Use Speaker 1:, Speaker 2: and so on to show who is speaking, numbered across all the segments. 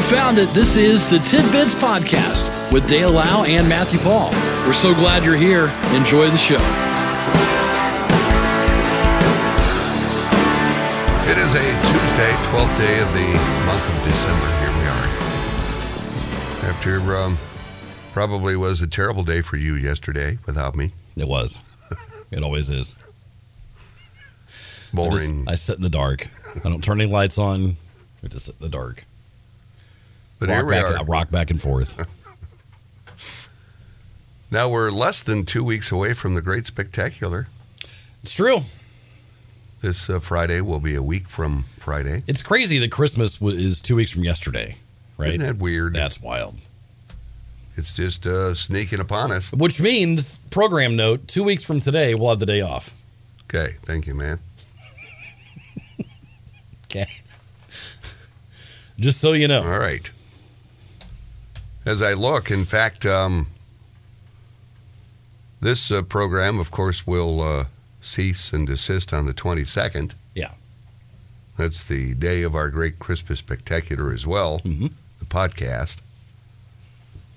Speaker 1: found it. This is the Tidbits Podcast with Dale Lau and Matthew Paul. We're so glad you're here. Enjoy the show.
Speaker 2: It is a Tuesday, 12th day of the month of December. Here we are. After um, probably was a terrible day for you yesterday without me.
Speaker 3: It was. It always is. I, just,
Speaker 2: Boring.
Speaker 3: I sit in the dark. I don't turn any lights on. I just sit in the dark.
Speaker 2: but
Speaker 3: rock
Speaker 2: here we
Speaker 3: back,
Speaker 2: are.
Speaker 3: I rock back and forth.
Speaker 2: Now we're less than two weeks away from the Great Spectacular.
Speaker 3: it's true.
Speaker 2: This uh, Friday will be a week from Friday.
Speaker 3: It's crazy that Christmas wa is two weeks from yesterday, right?
Speaker 2: Isn't that weird?
Speaker 3: That's wild.
Speaker 2: It's just uh, sneaking upon us.
Speaker 3: Which means, program note, two weeks from today, we'll have the day off.
Speaker 2: Okay, thank you, man.
Speaker 3: Okay. Just so you know.
Speaker 2: All right. As I look, in fact, um, this uh, program, of course, will uh, cease and desist on the 22nd.
Speaker 3: Yeah.
Speaker 2: That's the day of our great Christmas spectacular as well,
Speaker 3: Mhm.
Speaker 2: the podcast.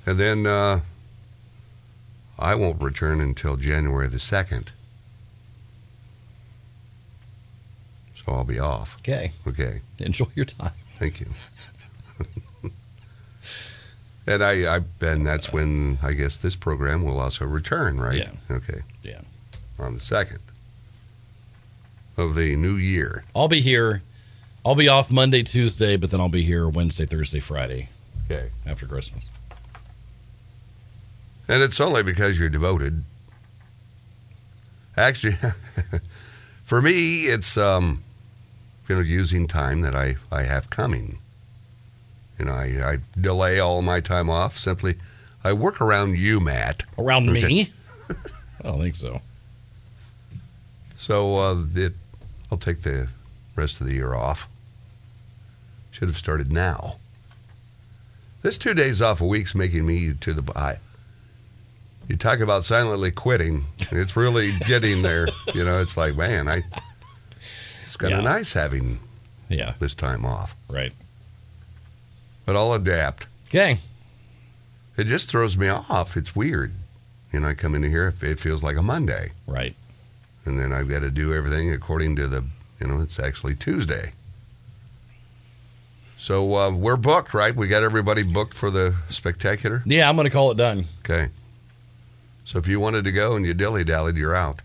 Speaker 2: And then uh, I won't return until January the 2nd. So I'll be off.
Speaker 3: Okay.
Speaker 2: Okay.
Speaker 3: Enjoy your time.
Speaker 2: Thank you. and I, I, and that's when I guess this program will also return, right?
Speaker 3: Yeah.
Speaker 2: Okay.
Speaker 3: Yeah.
Speaker 2: On the second of the new year.
Speaker 3: I'll be here. I'll be off Monday, Tuesday, but then I'll be here Wednesday, Thursday, Friday
Speaker 2: Okay.
Speaker 3: after Christmas.
Speaker 2: And it's only because you're devoted. Actually, for me, it's um, you know using time that I I have coming. You know, I, I delay all my time off simply. I work around you, Matt.
Speaker 3: Around
Speaker 2: Okay.
Speaker 3: me? I don't think so.
Speaker 2: So uh, it, I'll take the rest of the year off. Should have started now. This two days off a week's making me to the I. You talk about silently quitting. It's really getting there. You know, it's like man, I. It's kind of
Speaker 3: Yeah.
Speaker 2: nice having
Speaker 3: Yeah,
Speaker 2: this time off,
Speaker 3: right.
Speaker 2: but I'll adapt.
Speaker 3: Okay.
Speaker 2: It just throws me off. It's weird. You know, I come into here, it feels like a Monday.
Speaker 3: Right.
Speaker 2: and then I've got to do everything according to the, you know, it's actually Tuesday. So uh, we're booked, right? We got everybody booked for the spectacular.
Speaker 3: Yeah, I'm going to call it done.
Speaker 2: Okay. So if you wanted to go and you dilly dallied, you're out.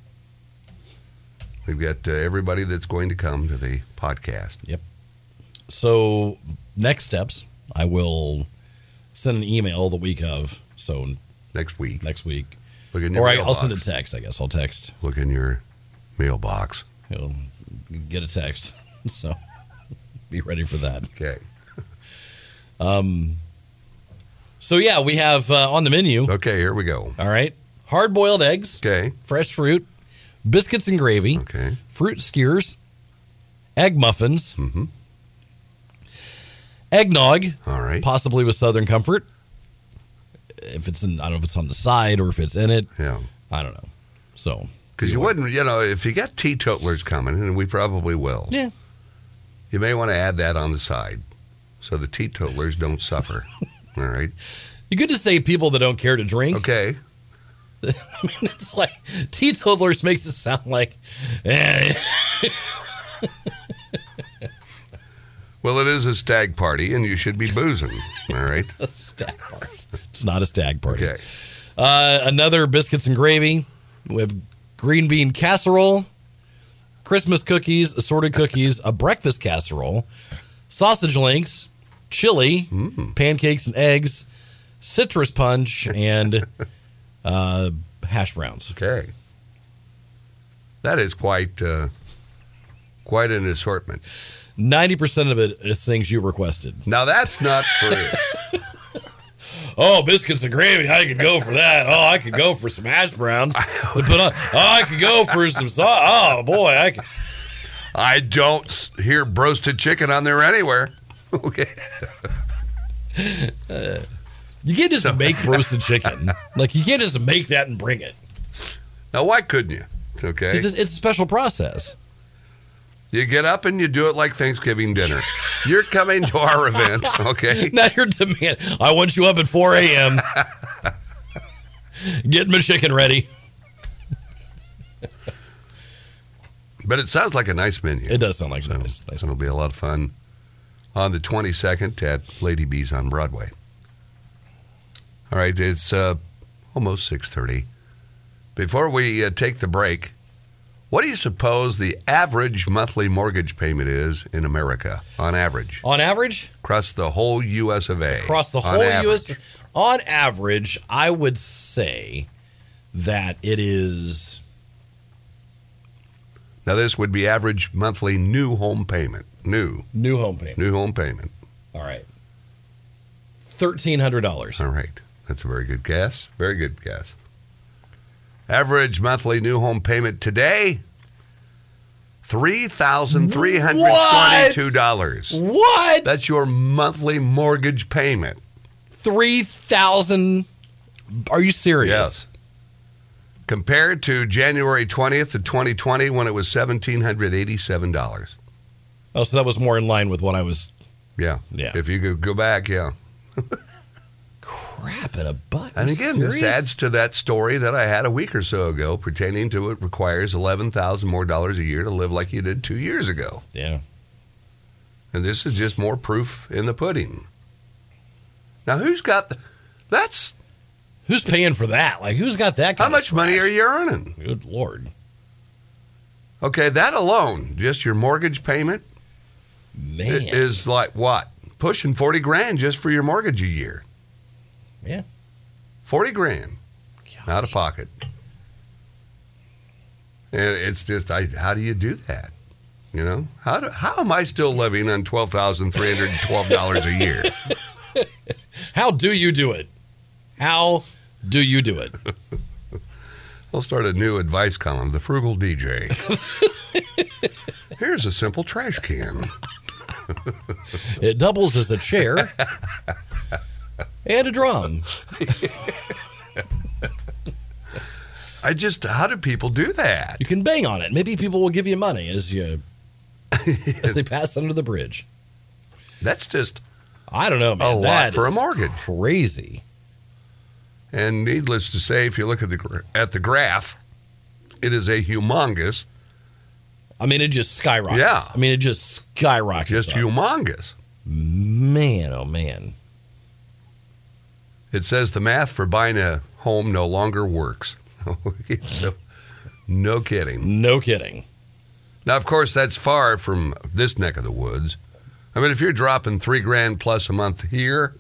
Speaker 2: We've got uh, everybody that's going to come to the podcast.
Speaker 3: So, next steps, I will send an email the week of. So,
Speaker 2: Next week.
Speaker 3: next week.
Speaker 2: Look in your
Speaker 3: Or I, I'll
Speaker 2: mailbox.
Speaker 3: send a text, I guess. I'll text.
Speaker 2: Look in your mailbox.
Speaker 3: You know, get a text. So, be ready for that.
Speaker 2: Okay.
Speaker 3: Um, so, yeah, we have uh, on the menu,
Speaker 2: Okay, here we go.
Speaker 3: all right, hard boiled eggs,
Speaker 2: Okay.
Speaker 3: fresh fruit, biscuits and gravy,
Speaker 2: Okay.
Speaker 3: fruit skewers, egg muffins,
Speaker 2: Mm-hmm.
Speaker 3: eggnog,
Speaker 2: All right.
Speaker 3: possibly with Southern Comfort. If it's in, I don't know if it's on the side or if it's in it.
Speaker 2: Yeah.
Speaker 3: I don't know. So
Speaker 2: Because you wouldn't, you know, if you got teetotalers coming, and we probably will.
Speaker 3: Yeah.
Speaker 2: You may want to add that on the side so the teetotalers don't suffer. All right.
Speaker 3: you could just say people that don't care to drink.
Speaker 2: Okay.
Speaker 3: I mean, it's like teetotalers makes it sound like eh,
Speaker 2: Well, it is a stag party, and you should be boozing. All right.
Speaker 3: a stag party. It's not a stag party.
Speaker 2: Okay.
Speaker 3: Uh, another biscuits and gravy. We have green bean casserole, Christmas cookies, assorted cookies, a breakfast casserole, sausage links, chili, pancakes and eggs, citrus punch, and uh, hash browns.
Speaker 2: Okay. That is quite uh, quite an assortment.
Speaker 3: Ninety percent of it is things you requested.
Speaker 2: Now that's not free.
Speaker 3: Oh, biscuits and gravy. I could go for that. Oh, I could go for some hash browns to put on. Oh, I could go for some sauce. Oh boy, I could.
Speaker 2: I don't s- hear broasted chicken on there anywhere. Okay.
Speaker 3: You can't just make roasted chicken. Like you can't just make that and bring it.
Speaker 2: Now why couldn't you? Okay.
Speaker 3: It's, just, it's a special process.
Speaker 2: You get up and you do it like Thanksgiving dinner. You're coming to our event, okay?
Speaker 3: Now your demand. I want you up at 4 a.m. Getting my chicken ready.
Speaker 2: But it sounds like a nice menu.
Speaker 3: It does sound like
Speaker 2: So
Speaker 3: nice. nice.
Speaker 2: it'll be a lot of fun on the 22nd at Lady B's on Broadway. All right, it's uh, almost 6:30. Before we uh, take the break, what do you suppose the average monthly mortgage payment is in America on average
Speaker 3: On average,
Speaker 2: across the whole U.S. of A?
Speaker 3: across the
Speaker 2: on
Speaker 3: whole
Speaker 2: average?
Speaker 3: U.S., on average, I would say that it is
Speaker 2: Now this would be average monthly new home payment. New
Speaker 3: new home payment.
Speaker 2: new home payment.
Speaker 3: All right. $1,300.
Speaker 2: All right. That's a very good guess. Very good guess. Average monthly new home payment today $3,322.
Speaker 3: What?
Speaker 2: That's your monthly mortgage payment.
Speaker 3: 3,000. Are you serious?
Speaker 2: Yes. Compared to January 20th of 2020 when it was $1,787.
Speaker 3: Oh, so that was more in line with what I was
Speaker 2: Yeah.
Speaker 3: Yeah.
Speaker 2: If you could go back, yeah.
Speaker 3: crap in a butt.
Speaker 2: And
Speaker 3: You
Speaker 2: again, this
Speaker 3: serious?
Speaker 2: adds to that story that I had a week or so ago pertaining to it requires 11000 more dollars a year to live like you did two years ago.
Speaker 3: Yeah.
Speaker 2: And this is just more proof in the pudding. Now, who's got the, that's
Speaker 3: Who's paying for that? Like, who's got that?
Speaker 2: how
Speaker 3: Kind
Speaker 2: much money are you earning?
Speaker 3: you? Good lord.
Speaker 2: Okay, that alone, just your mortgage payment i-
Speaker 3: Man.
Speaker 2: is like what? Pushing 40 grand just for your mortgage a year.
Speaker 3: Yeah.
Speaker 2: 40 grand out of
Speaker 3: Gosh.
Speaker 2: pocket. And it's just, I, how do you do that? You know, how, do, how am I still living on $12,312 a year?
Speaker 3: How do you do it? How do you do it?
Speaker 2: We'll start a new advice column, The Frugal DJ. Here's a simple trash can.
Speaker 3: It doubles as a chair and a drum.
Speaker 2: I just, how do people do that?
Speaker 3: You can bang on it. Maybe people will give you money as you as they pass under the bridge.
Speaker 2: That's just
Speaker 3: I don't know, man.
Speaker 2: a lot
Speaker 3: That
Speaker 2: for a
Speaker 3: is
Speaker 2: mortgage.
Speaker 3: Crazy.
Speaker 2: And needless to say, if you look at the gra- at the graph, it is a humongous,
Speaker 3: I mean, it just skyrockets.
Speaker 2: Yeah.
Speaker 3: I mean, it just skyrockets.
Speaker 2: just
Speaker 3: up.
Speaker 2: humongous.
Speaker 3: Man, oh man.
Speaker 2: It says the math for buying a home no longer works. so, no kidding.
Speaker 3: No kidding.
Speaker 2: Now, of course, that's far from this neck of the woods. I mean, if you're dropping three grand plus a month here,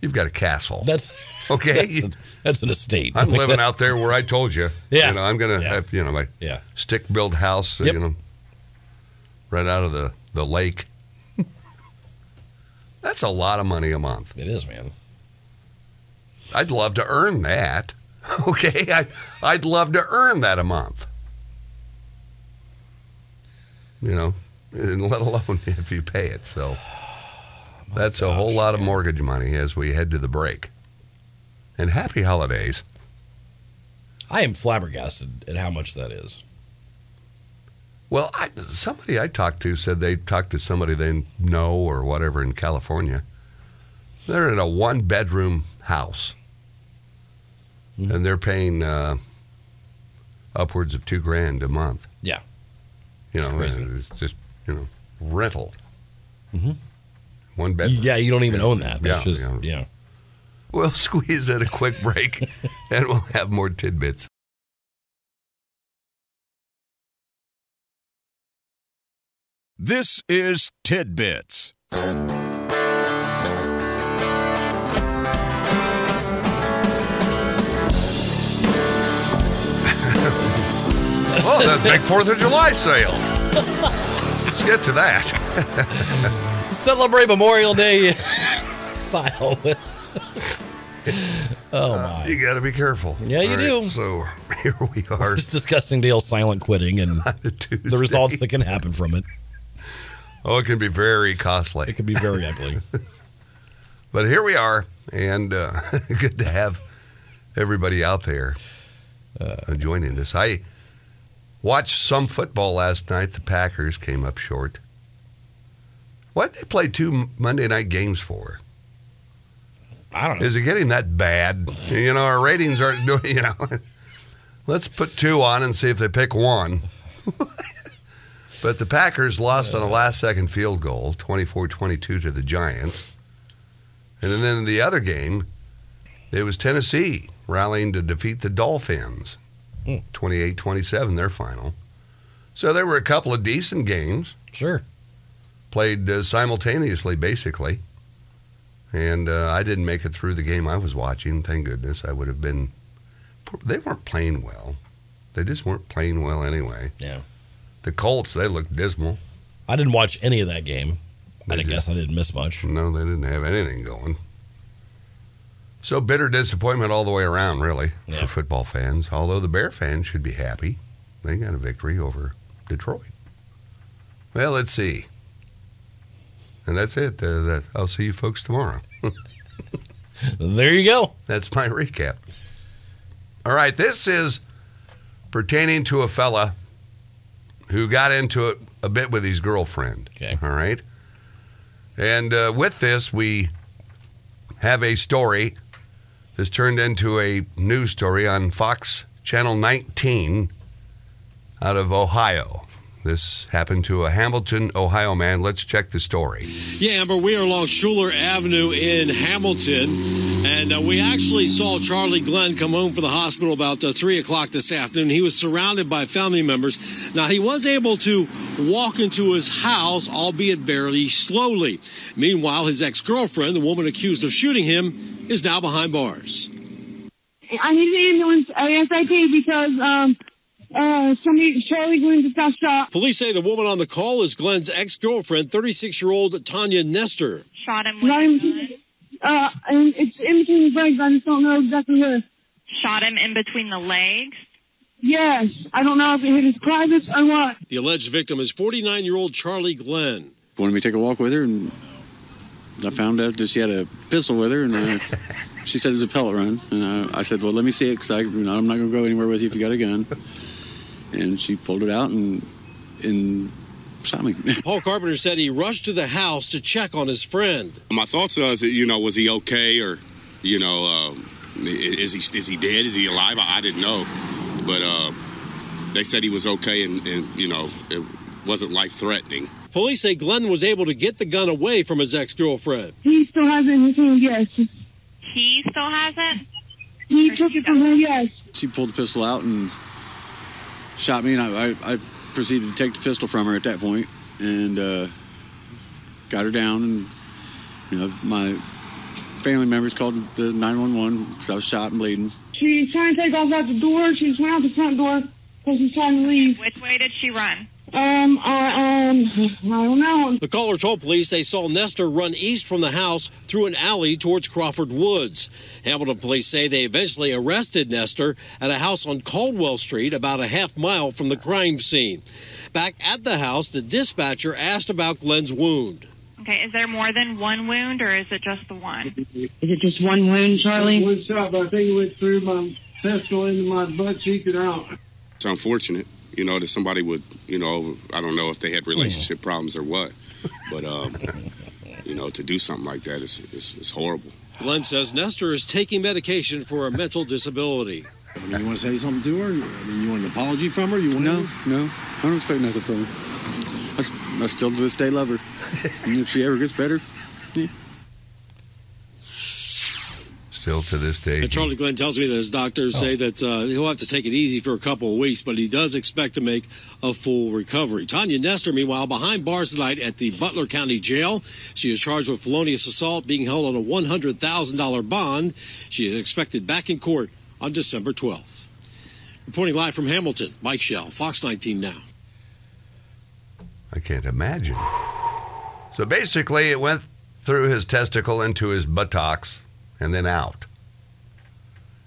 Speaker 2: you've got a castle.
Speaker 3: That's
Speaker 2: Okay,
Speaker 3: that's, that's an estate.
Speaker 2: I'm living out there where I told you.
Speaker 3: Yeah.
Speaker 2: you know, I'm gonna
Speaker 3: Yeah.
Speaker 2: have you know my
Speaker 3: Yeah.
Speaker 2: stick built house.
Speaker 3: Yep.
Speaker 2: You know, right out of the the lake. That's a lot of money a month.
Speaker 3: It is, man.
Speaker 2: I'd love to earn that. Okay, I I'd love to earn that a month. You know, and let alone if you pay it. So that's a whole lot of mortgage money as we head to the break. And happy holidays.
Speaker 3: I am flabbergasted at how much that is.
Speaker 2: Well, I, somebody I talked to said they talked to somebody they know or whatever in California. They're in a one bedroom house,
Speaker 3: Mhm.
Speaker 2: and they're paying uh, upwards of two grand a month.
Speaker 3: Yeah.
Speaker 2: you know,
Speaker 3: Crazy.
Speaker 2: and it's just you know rental.
Speaker 3: Mhm.
Speaker 2: One bedroom.
Speaker 3: Yeah, you don't even own that. That's
Speaker 2: Yeah,
Speaker 3: just yeah.
Speaker 2: yeah. We'll squeeze in a quick break, and we'll have more tidbits.
Speaker 4: This is Tidbits.
Speaker 2: Oh, that big Fourth of July sale. Let's get to that.
Speaker 3: Celebrate Memorial Day style with Oh my.
Speaker 2: You got to be careful.
Speaker 3: Yeah, you do.
Speaker 2: So here we are,
Speaker 3: It's discussing Dale's silent quitting and
Speaker 2: the Tuesday.
Speaker 3: the results that can happen from it.
Speaker 2: Oh, it can be very
Speaker 3: It
Speaker 2: costly.
Speaker 3: could be very ugly.
Speaker 2: But here we are, and uh, good to have everybody out there uh, joining us. I Watched some football last night. The Packers came up short. Why'd they play two Monday night games for?
Speaker 3: I don't know.
Speaker 2: Is it getting that bad? You know, our ratings aren't doing, you know. Let's put two on and see if they pick one. but the Packers lost on a last second field goal, 24 22 to the Giants. And then in the other game, it was Tennessee rallying to defeat the Dolphins,
Speaker 3: Hmm.
Speaker 2: 28 27, their final. So there were a couple of decent games
Speaker 3: Sure.
Speaker 2: played uh, simultaneously, basically. And uh, I didn't make it through the game I was watching. Thank goodness. I would have been. They weren't playing well. They just weren't playing well anyway.
Speaker 3: Yeah.
Speaker 2: The Colts, they looked dismal.
Speaker 3: I didn't watch any of that game. I
Speaker 2: They
Speaker 3: didn't
Speaker 2: did.
Speaker 3: guess I didn't miss much.
Speaker 2: No, they didn't have anything going. So bitter disappointment all the way around, really,
Speaker 3: Yeah.
Speaker 2: for football fans. Although the Bear fans should be happy. They got a victory over Detroit. Well, let's see. And that's it. Uh, that, I'll see you folks tomorrow.
Speaker 3: There you go.
Speaker 2: That's my recap. All right, this is pertaining to a fella who got into it a bit with his girlfriend.
Speaker 3: Okay.
Speaker 2: All right. And uh, with this, we have a story. This turned into a news story on Fox Channel 19 out of Ohio. This happened to a Hamilton, Ohio man. Let's check the story.
Speaker 5: Yeah, Amber, we are along Schuler Avenue in Hamilton, and uh, we actually saw Charlie Glenn come home from the hospital about uh, 3 o'clock this afternoon. He was surrounded by family members. Now, he was able to walk into his house, albeit very slowly. Meanwhile, his ex girlfriend, the woman accused of shooting him, is now behind bars.
Speaker 6: I need an ambulance ASAP because um uh somebody Charlie Glenn just got shot.
Speaker 5: Police say the woman on the call is Glenn's ex girlfriend, 36 year old Tanya Nestor.
Speaker 7: Shot him with
Speaker 6: Not
Speaker 7: a
Speaker 6: in
Speaker 7: gun.
Speaker 6: between, uh and it's in between his legs, I just don't know exactly where.
Speaker 7: Shot him in between the legs.
Speaker 6: Yes. I don't know if it hit his privates or what.
Speaker 5: The alleged victim is 49 year old Charlie Glenn.
Speaker 8: wanted me to take a walk with her, and I found out that she had a pistol with her, and uh, she said it was a pellet run, and I, I said, "Well, let me see it, 'cause I, I'm not going to go anywhere with you if you got a gun." And she pulled it out and and shot me.
Speaker 5: Paul Carpenter said he rushed to the house to check on his friend.
Speaker 9: My thoughts was, you know, was he okay or, you know, um, i- is he is he dead? Is he alive? I, I didn't know, but uh, they said he was okay and, and you know it wasn't life threatening.
Speaker 5: Police say Glenn was able to get the gun away from his ex girlfriend.
Speaker 6: He still has it in his hand, yes.
Speaker 7: He still has it.
Speaker 6: He took it from her, yes.
Speaker 8: She pulled the pistol out and shot me, and I, I, I proceeded to take the pistol from her at that point, and uh, got her down. And you know, my family members called the 911 because I was shot and bleeding.
Speaker 6: She was trying to take off out the door, she just went out the front door because she's trying to leave.
Speaker 7: Which way did she run?
Speaker 6: Um I um I don't know.
Speaker 5: The caller told police they saw Nestor run east from the house through an alley towards Crawford Woods. Hamilton police say they eventually arrested Nestor at a house on Caldwell Street, about a half mile from the crime scene. Back at the house, the dispatcher asked about Glenn's wound.
Speaker 7: Okay, is there more than one wound or is it just the one?
Speaker 6: Is it just one wound, Charlie?
Speaker 10: One shot, but I think it went through my pistol into my butt cheek and out.
Speaker 9: It's unfortunate, you know, that somebody would, you know, I don't know if they had relationship problems or what, but um, you know, to do something like that is is, is horrible.
Speaker 5: Glenn says Nestor is taking medication for a mental disability.
Speaker 10: I mean, you want to say something to her? I mean, you want an apology from her? You want
Speaker 8: No, no, I don't expect nothing from her. I, s- I still to this day love her. and if she ever gets better,
Speaker 2: Still to this day.
Speaker 5: And Charlie Glenn tells me that his doctors say that uh, he'll have to take it easy for a couple of weeks, but he does expect to make a full recovery. Tanya Nestor, meanwhile, behind bars tonight at the Butler County Jail. She is charged with felonious assault, being held on a $100,000 bond. She is expected back in court on December 12th. Reporting live from Hamilton, Mike Shell, Fox 19 Now.
Speaker 2: I can't imagine. So basically, it went through his testicle into his buttocks and then out.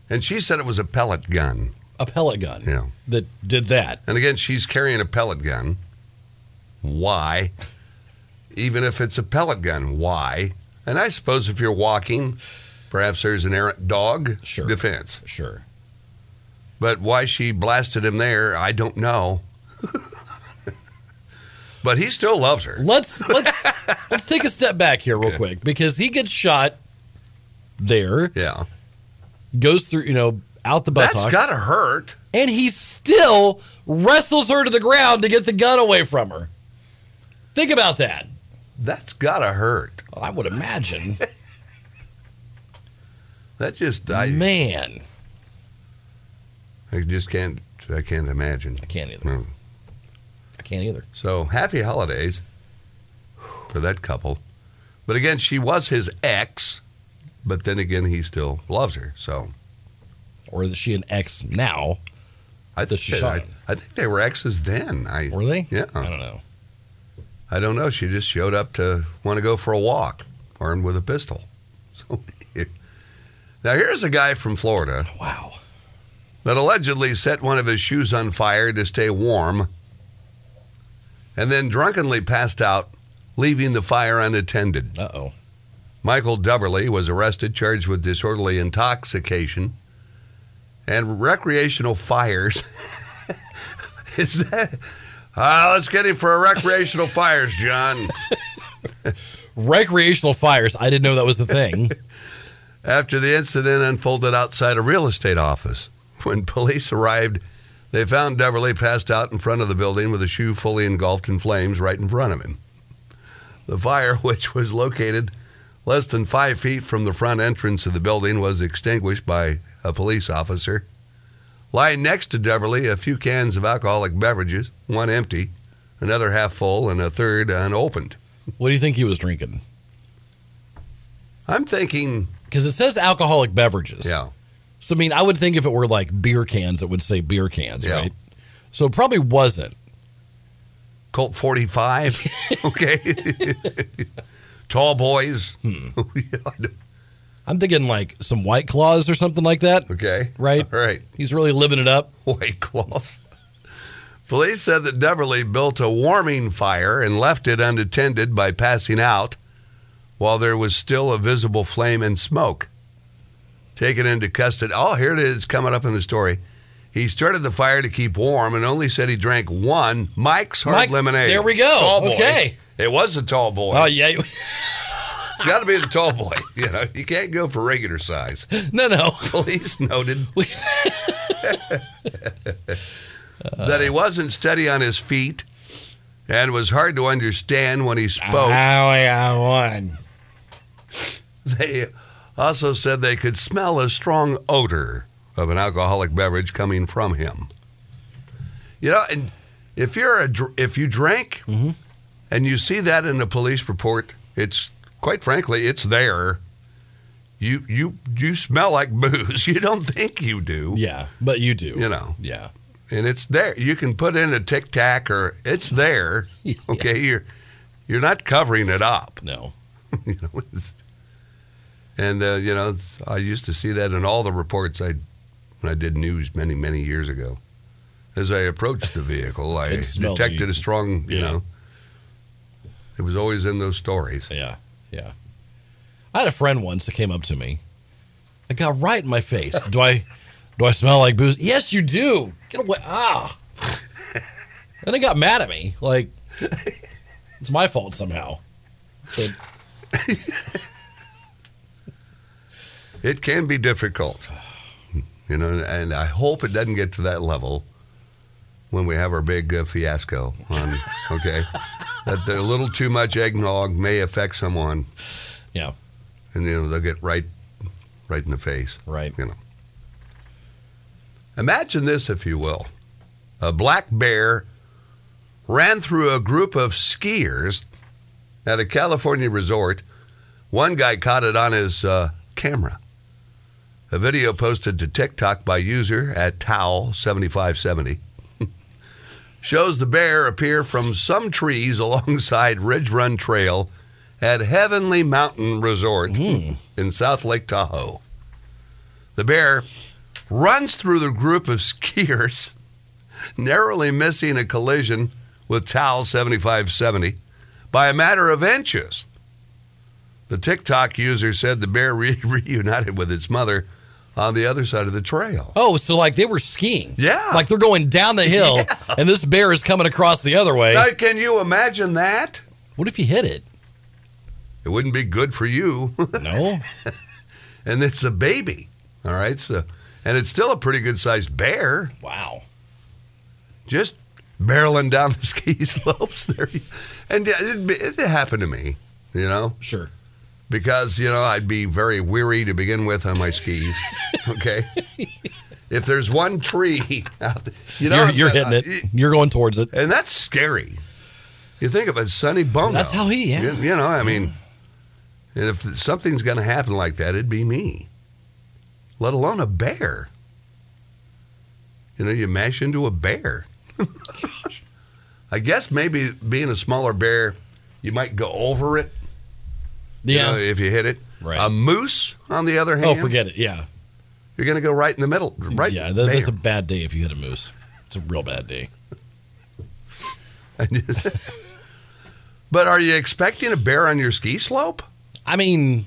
Speaker 2: And she said it was a pellet gun.
Speaker 3: A pellet gun
Speaker 2: Yeah.
Speaker 3: that did that.
Speaker 2: And again, she's carrying a pellet gun. Why? Even if it's a pellet gun, why? And I suppose if you're walking, perhaps there's an errant dog
Speaker 3: Sure.
Speaker 2: defense.
Speaker 3: Sure.
Speaker 2: But why she blasted him there, I don't know. but he still loves her.
Speaker 3: Let's let's let's take a step back here real quick because he gets shot there.
Speaker 2: Yeah.
Speaker 3: Goes through, you know, out the
Speaker 2: That's
Speaker 3: buttock.
Speaker 2: gotta hurt.
Speaker 3: And he still wrestles her to the ground to get the gun away from her. Think about that.
Speaker 2: That's gotta hurt.
Speaker 3: I would imagine.
Speaker 2: That just I
Speaker 3: Man.
Speaker 2: I just can't I can't imagine.
Speaker 3: I can't either.
Speaker 2: Mm.
Speaker 3: I can't either.
Speaker 2: So happy holidays for that couple. But again, she was his ex, but then again he still loves her. So
Speaker 3: Or is she an ex now?
Speaker 2: I
Speaker 3: That
Speaker 2: think
Speaker 3: she shot
Speaker 2: I,
Speaker 3: him.
Speaker 2: I think they were exes then. I
Speaker 3: Were they?
Speaker 2: yeah.
Speaker 3: I don't know.
Speaker 2: I don't know. She just showed up to want to go for a walk, armed with a pistol. So, now here's a guy from Florida
Speaker 3: Wow.
Speaker 2: that allegedly set one of his shoes on fire to stay warm, and then drunkenly passed out, leaving the fire unattended.
Speaker 3: Uh oh.
Speaker 2: Michael Dubberly was arrested, charged with disorderly intoxication and recreational fires. Is that? Ah, let's get him for a recreational fires, John.
Speaker 3: Recreational fires. I didn't know that was the thing.
Speaker 2: After the incident unfolded outside a real estate office, when police arrived, they found Deverly passed out in front of the building with a shoe fully engulfed in flames right in front of him. The fire, which was located less than five feet from the front entrance of the building, was extinguished by a police officer. Lying next to Deverly, a few cans of alcoholic beverages, one empty, another half full, and a third unopened.
Speaker 3: what do you think he was drinking?
Speaker 2: I'm thinking,
Speaker 3: Because it says alcoholic beverages.
Speaker 2: yeah,
Speaker 3: So I mean, I would think if it were like beer cans, it would say beer cans,
Speaker 2: Yeah.
Speaker 3: right? So it probably wasn't.
Speaker 2: Colt 45. Okay. Tall boys.
Speaker 3: Hmm. I'm thinking like some white claws or something like that.
Speaker 2: okay.
Speaker 3: Right.
Speaker 2: All right.
Speaker 3: He's really living it up.
Speaker 2: White claws. Police said that Deverly built a warming fire and left it unattended by passing out while there was still a visible flame and smoke. Taken into custody. Oh, here it is coming up in the story. He started the fire to keep warm and only said he drank one Mike's Hard
Speaker 3: Mike-
Speaker 2: Lemonade.
Speaker 3: there we go.
Speaker 2: Tall boy.
Speaker 3: Okay.
Speaker 2: It was a tall boy.
Speaker 3: Oh yeah.
Speaker 2: It's got to be the tall boy. You know, you can't go for regular size.
Speaker 3: no, no.
Speaker 2: Police noted that he wasn't steady on his feet and was hard to understand when he spoke.
Speaker 3: Ah. I won.
Speaker 2: They also said they could smell a strong odor of an alcoholic beverage coming from him. You know, and if you're a dr- if you drank and you see that in a police report, it's quite frankly, it's there. You you you smell like booze. You don't think you do.
Speaker 3: Yeah, but you do.
Speaker 2: You know
Speaker 3: Yeah.
Speaker 2: and it's there. You can put in a tic tac or it's there. Okay, you're you're not covering it up.
Speaker 3: No.
Speaker 2: You know, it's, and uh, you know, it's, I used to see that in all the reports I when I did news many many years ago. As I approached the vehicle, I
Speaker 3: It smelled
Speaker 2: detected
Speaker 3: you.
Speaker 2: a strong. You
Speaker 3: Yeah.
Speaker 2: know, it was always in those stories.
Speaker 3: Yeah. Yeah. I had a friend once that came up to me. I got right in my face. Do I do I smell like booze? Yes, you do. Get away. Ah. And they got mad at me. Like it's my fault somehow. But
Speaker 2: It can be difficult, you know, and I hope it doesn't get to that level when we have our big uh, fiasco. On, okay, that the- a little too much eggnog may affect someone,
Speaker 3: yeah,
Speaker 2: and you know they'll get right, right in the face.
Speaker 3: right.
Speaker 2: You know. Imagine this, if you will, a black bear ran through a group of skiers at a California resort. One guy caught it on his uh, camera. A video posted to TikTok by user at Towel7570 shows the bear appear from some trees alongside Ridge Run Trail at Heavenly Mountain Resort in South Lake Tahoe. The bear runs through the group of skiers, narrowly missing a collision with Towel 7570 by a matter of inches. The TikTok user said the bear re- reunited with its mother on the other side of the trail.
Speaker 3: Oh, so like they were skiing.
Speaker 2: Yeah.
Speaker 3: Like they're going down the hill and this bear is coming across the other way.
Speaker 2: Now, can you imagine that?
Speaker 3: What if you hit it?
Speaker 2: It wouldn't be good for you.
Speaker 3: No.
Speaker 2: and it's a baby. All right. So, and it's still a pretty good sized bear.
Speaker 3: wow.
Speaker 2: Just barreling down the ski slopes there. And it, it, it happened to me, you know,
Speaker 3: Sure.
Speaker 2: because, you know, I'd be very weary to begin with on my skis. Okay. if there's one tree out there, you know, uh,
Speaker 3: you're you're hitting it. you're going towards it.
Speaker 2: And that's scary. You think of it, Sonny Bono.
Speaker 3: That's how he- yeah.
Speaker 2: You, you know, I mean, and if something's going to happen like that, it'd be me, let alone a bear. You know, you mash into a bear. I guess maybe being a smaller bear, you might go over it. you
Speaker 3: Yeah.
Speaker 2: know, um, if you hit it.
Speaker 3: Right.
Speaker 2: A moose, on the other
Speaker 3: oh,
Speaker 2: hand,
Speaker 3: forget it. Yeah.
Speaker 2: you're going to go right in the middle. Right.
Speaker 3: Yeah. That, that's a
Speaker 2: there.
Speaker 3: bad day if you hit a moose. It's a real bad day.
Speaker 2: but are you expecting a bear on your ski slope?
Speaker 3: I mean,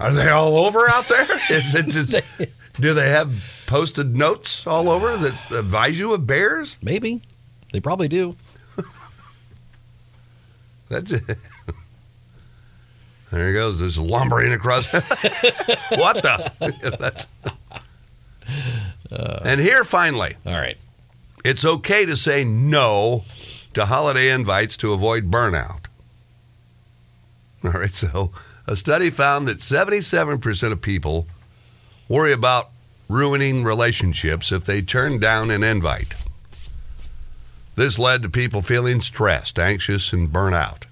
Speaker 2: Are they all over out there? Is it just, do they have posted notes all over that advise you of bears?
Speaker 3: maybe. They probably do.
Speaker 2: That's it. There he goes, just lumbering across. what the? That's- and here, finally,
Speaker 3: All right.
Speaker 2: it's okay to say no to holiday invites to avoid burnout. All right, so a study found that 77% of people worry about ruining relationships if they turn down an invite. This led to people feeling stressed, anxious, and burnout.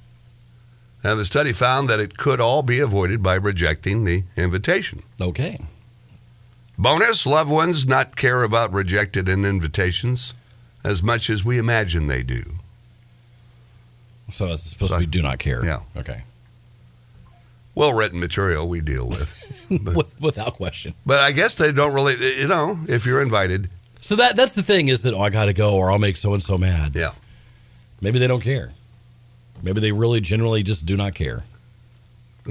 Speaker 2: Now, the study found that it could all be avoided by rejecting the invitation.
Speaker 3: Okay.
Speaker 2: Bonus loved ones not care about rejected and invitations as much as we imagine they do.
Speaker 3: So it's supposed
Speaker 2: So-
Speaker 3: to be do not care.
Speaker 2: Yeah.
Speaker 3: Okay.
Speaker 2: Well written material we deal with.
Speaker 3: With, without question.
Speaker 2: But I guess they don't really, you know, if you're invited,
Speaker 3: So that that's the thing is that oh, I got to go or I'll make so and so mad.
Speaker 2: yeah.
Speaker 3: Maybe they don't care. Maybe they really generally just do not care.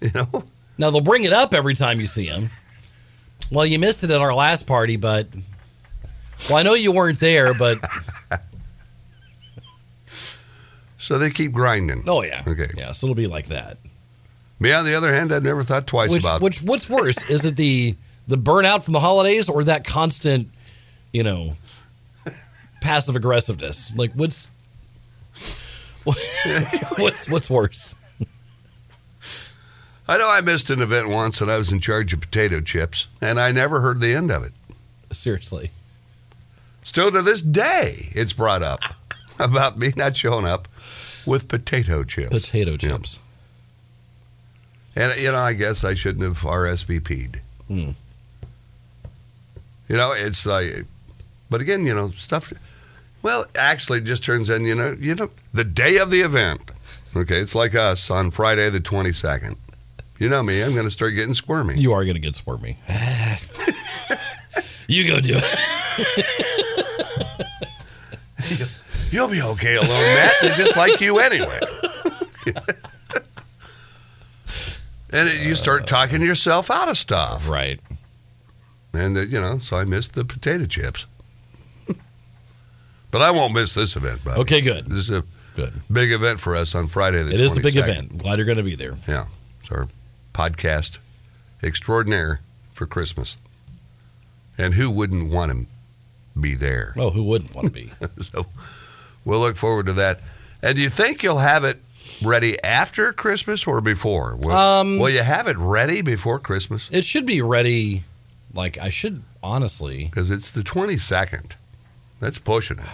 Speaker 2: You know,
Speaker 3: Now they'll bring it up every time you see them. Well, you missed it at our last party, but well, I know you weren't there, but
Speaker 2: so they keep grinding.
Speaker 3: oh yeah,
Speaker 2: Okay.
Speaker 3: yeah. So it'll be like that.
Speaker 2: Me, on the other hand, I've never thought twice
Speaker 3: Which,
Speaker 2: about
Speaker 3: which what's worse is it the the burnout from the holidays or that constant, you know, passive aggressiveness? Like what's what's what's worse?
Speaker 2: I know I missed an event once and I was in charge of potato chips, and I never heard the end of it.
Speaker 3: Seriously.
Speaker 2: Still to this day, it's brought up about me not showing up with potato chips.
Speaker 3: Potato chips.
Speaker 2: And you know, I guess I shouldn't have RSVP'd.
Speaker 3: Hmm.
Speaker 2: You know, it's like, but again, you know, stuff. Well, actually, it just turns in. You know, you know, the day of the event. Okay, it's like us on Friday the twenty second. You know me, I'm going to start getting squirmy.
Speaker 3: You are gonna get squirmy. you go do it.
Speaker 2: You'll be okay alone, Matt. They're just like you anyway. and it, you start talking yourself out of stuff.
Speaker 3: Right.
Speaker 2: And, uh, you know, so I missed the potato chips. but I won't miss this event, buddy.
Speaker 3: Okay, good.
Speaker 2: This is a
Speaker 3: Good.
Speaker 2: big event for us on Friday the
Speaker 3: It is a big
Speaker 2: 22nd.
Speaker 3: event. I'm glad you're going to be there.
Speaker 2: Yeah. It's our podcast extraordinaire for Christmas. And who wouldn't want to be there?
Speaker 3: Oh, who wouldn't want to be?
Speaker 2: so we'll look forward to that. And do you think you'll have it ready after Christmas or before? Will,
Speaker 3: Um,
Speaker 2: will you have it ready before Christmas?
Speaker 3: it should be ready. Like I should honestly.
Speaker 2: Because it's the 22nd. That's pushing it.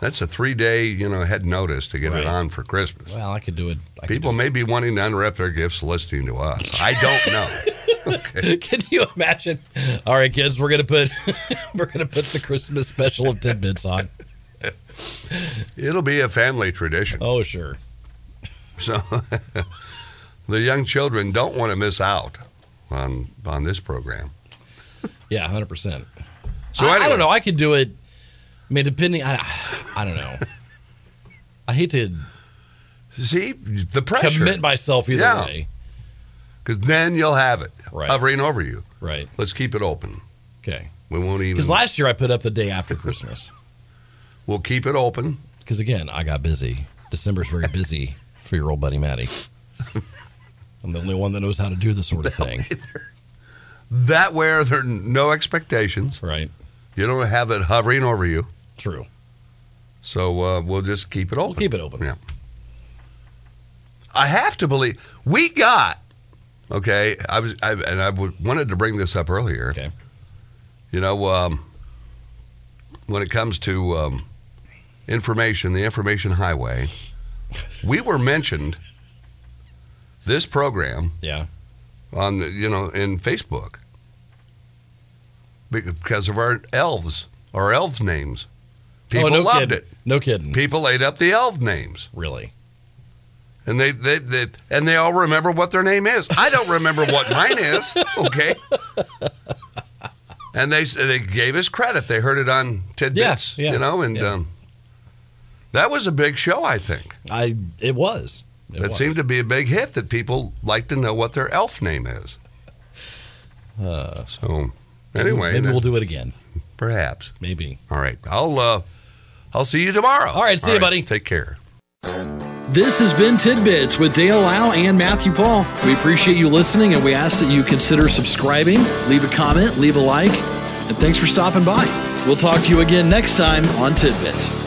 Speaker 2: That's a three day, you know, head notice to get
Speaker 3: Right.
Speaker 2: it on for Christmas.
Speaker 3: Well, I could do it. I
Speaker 2: People may be wanting to unwrap their gifts listening to us. I don't know.
Speaker 3: Could, can you imagine? All right, kids, we're gonna put we're gonna put the Christmas special of tidbits on.
Speaker 2: It'll be a family tradition.
Speaker 3: Oh sure.
Speaker 2: So the young children don't want to miss out on on this program.
Speaker 3: Yeah, hundred percent.
Speaker 2: So
Speaker 3: I, I
Speaker 2: anyway.
Speaker 3: don't know. I could do it. I mean, depending. I I don't know. I hate to
Speaker 2: See the pressure.
Speaker 3: commit myself either
Speaker 2: Yeah.
Speaker 3: way.
Speaker 2: because then you'll have it
Speaker 3: Right.
Speaker 2: hovering over you.
Speaker 3: Right.
Speaker 2: Let's keep it open.
Speaker 3: Okay.
Speaker 2: We won't even.
Speaker 3: Because last year I put up the day after Christmas.
Speaker 2: we'll keep it open.
Speaker 3: Because again, I got busy. December's very busy for your old buddy Matty. I'm the only one that knows how to do this sort of thing.
Speaker 2: That way, there are no expectations.
Speaker 3: Right.
Speaker 2: You don't have it hovering over you.
Speaker 3: True.
Speaker 2: So uh, we'll just keep it open.
Speaker 3: We'll keep it open.
Speaker 2: Yeah. I have to believe we got. Okay, I was, I, and I w- wanted to bring this up earlier.
Speaker 3: Okay.
Speaker 2: You know, um, when it comes to um, information, the information highway, we were mentioned this program
Speaker 3: Yeah.
Speaker 2: on the- you know in Facebook because of our elves, our elves names. People
Speaker 3: oh, no
Speaker 2: loved
Speaker 3: kidding.
Speaker 2: it.
Speaker 3: No kidding.
Speaker 2: People ate up the elf names.
Speaker 3: really.
Speaker 2: And they, they, they and they all remember what their name is. I don't remember what mine is. Okay. And they they gave us credit. They heard it on tidbits,
Speaker 3: Yeah, yeah,
Speaker 2: you know, and
Speaker 3: yeah.
Speaker 2: um, that was a big show. I think
Speaker 3: I. It was. It
Speaker 2: that
Speaker 3: was.
Speaker 2: seemed to be a big hit. That people like to know what their elf name is. so anyway,
Speaker 3: Uh, Maybe
Speaker 2: that-
Speaker 3: we'll do it again.
Speaker 2: perhaps.
Speaker 3: Maybe.
Speaker 2: All right, I'll uh, I'll see you tomorrow.
Speaker 3: All right, see you, buddy.
Speaker 2: Take care.
Speaker 1: This has been Tidbits with Dale Lau and Matthew Paul. We appreciate you listening and we ask that you consider subscribing, leave a comment, leave a like, and thanks for stopping by. We'll talk to you again next time on Tidbits.